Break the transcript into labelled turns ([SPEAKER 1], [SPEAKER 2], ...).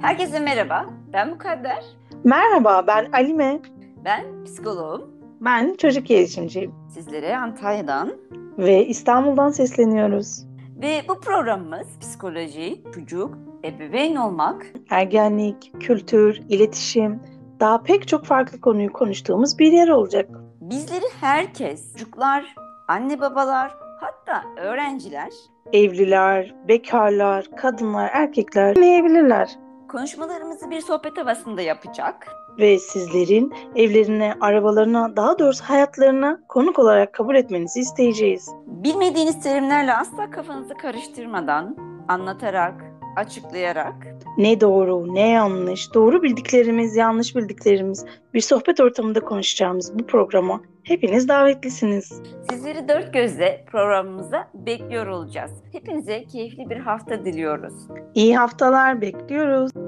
[SPEAKER 1] Herkese merhaba. Ben Mukadder.
[SPEAKER 2] Merhaba ben Alime.
[SPEAKER 1] Ben psikoloğum.
[SPEAKER 2] Ben çocuk gelişimciyim
[SPEAKER 1] Sizlere Antalya'dan
[SPEAKER 2] ve İstanbul'dan sesleniyoruz.
[SPEAKER 1] ve bu programımız psikoloji, çocuk, ebeveyn olmak
[SPEAKER 2] Ergenlik, kültür, iletişim, daha pek çok farklı konuyu konuştuğumuz bir yer olacak.
[SPEAKER 1] bizleri herkes, çocuklar, anne babalar, hatta öğrenciler
[SPEAKER 2] Evliler, bekarlar, kadınlar, erkekler dinleyebilirler.
[SPEAKER 1] konuşmalarımızı bir sohbet havasında yapacak.
[SPEAKER 2] Ve sizlerin evlerine, arabalarına, daha doğrusu hayatlarına konuk olarak kabul etmenizi isteyeceğiz.
[SPEAKER 1] Bilmediğiniz terimlerle asla kafanızı karıştırmadan, anlatarak, açıklayarak
[SPEAKER 2] Ne doğru, ne yanlış, doğru bildiklerimiz, yanlış bildiklerimiz bir sohbet ortamında konuşacağımız bu programa hepiniz davetlisiniz.
[SPEAKER 1] sizleri dört gözle programımıza bekliyor olacağız. Hepinize keyifli bir hafta diliyoruz.
[SPEAKER 2] İyi haftalar bekliyoruz.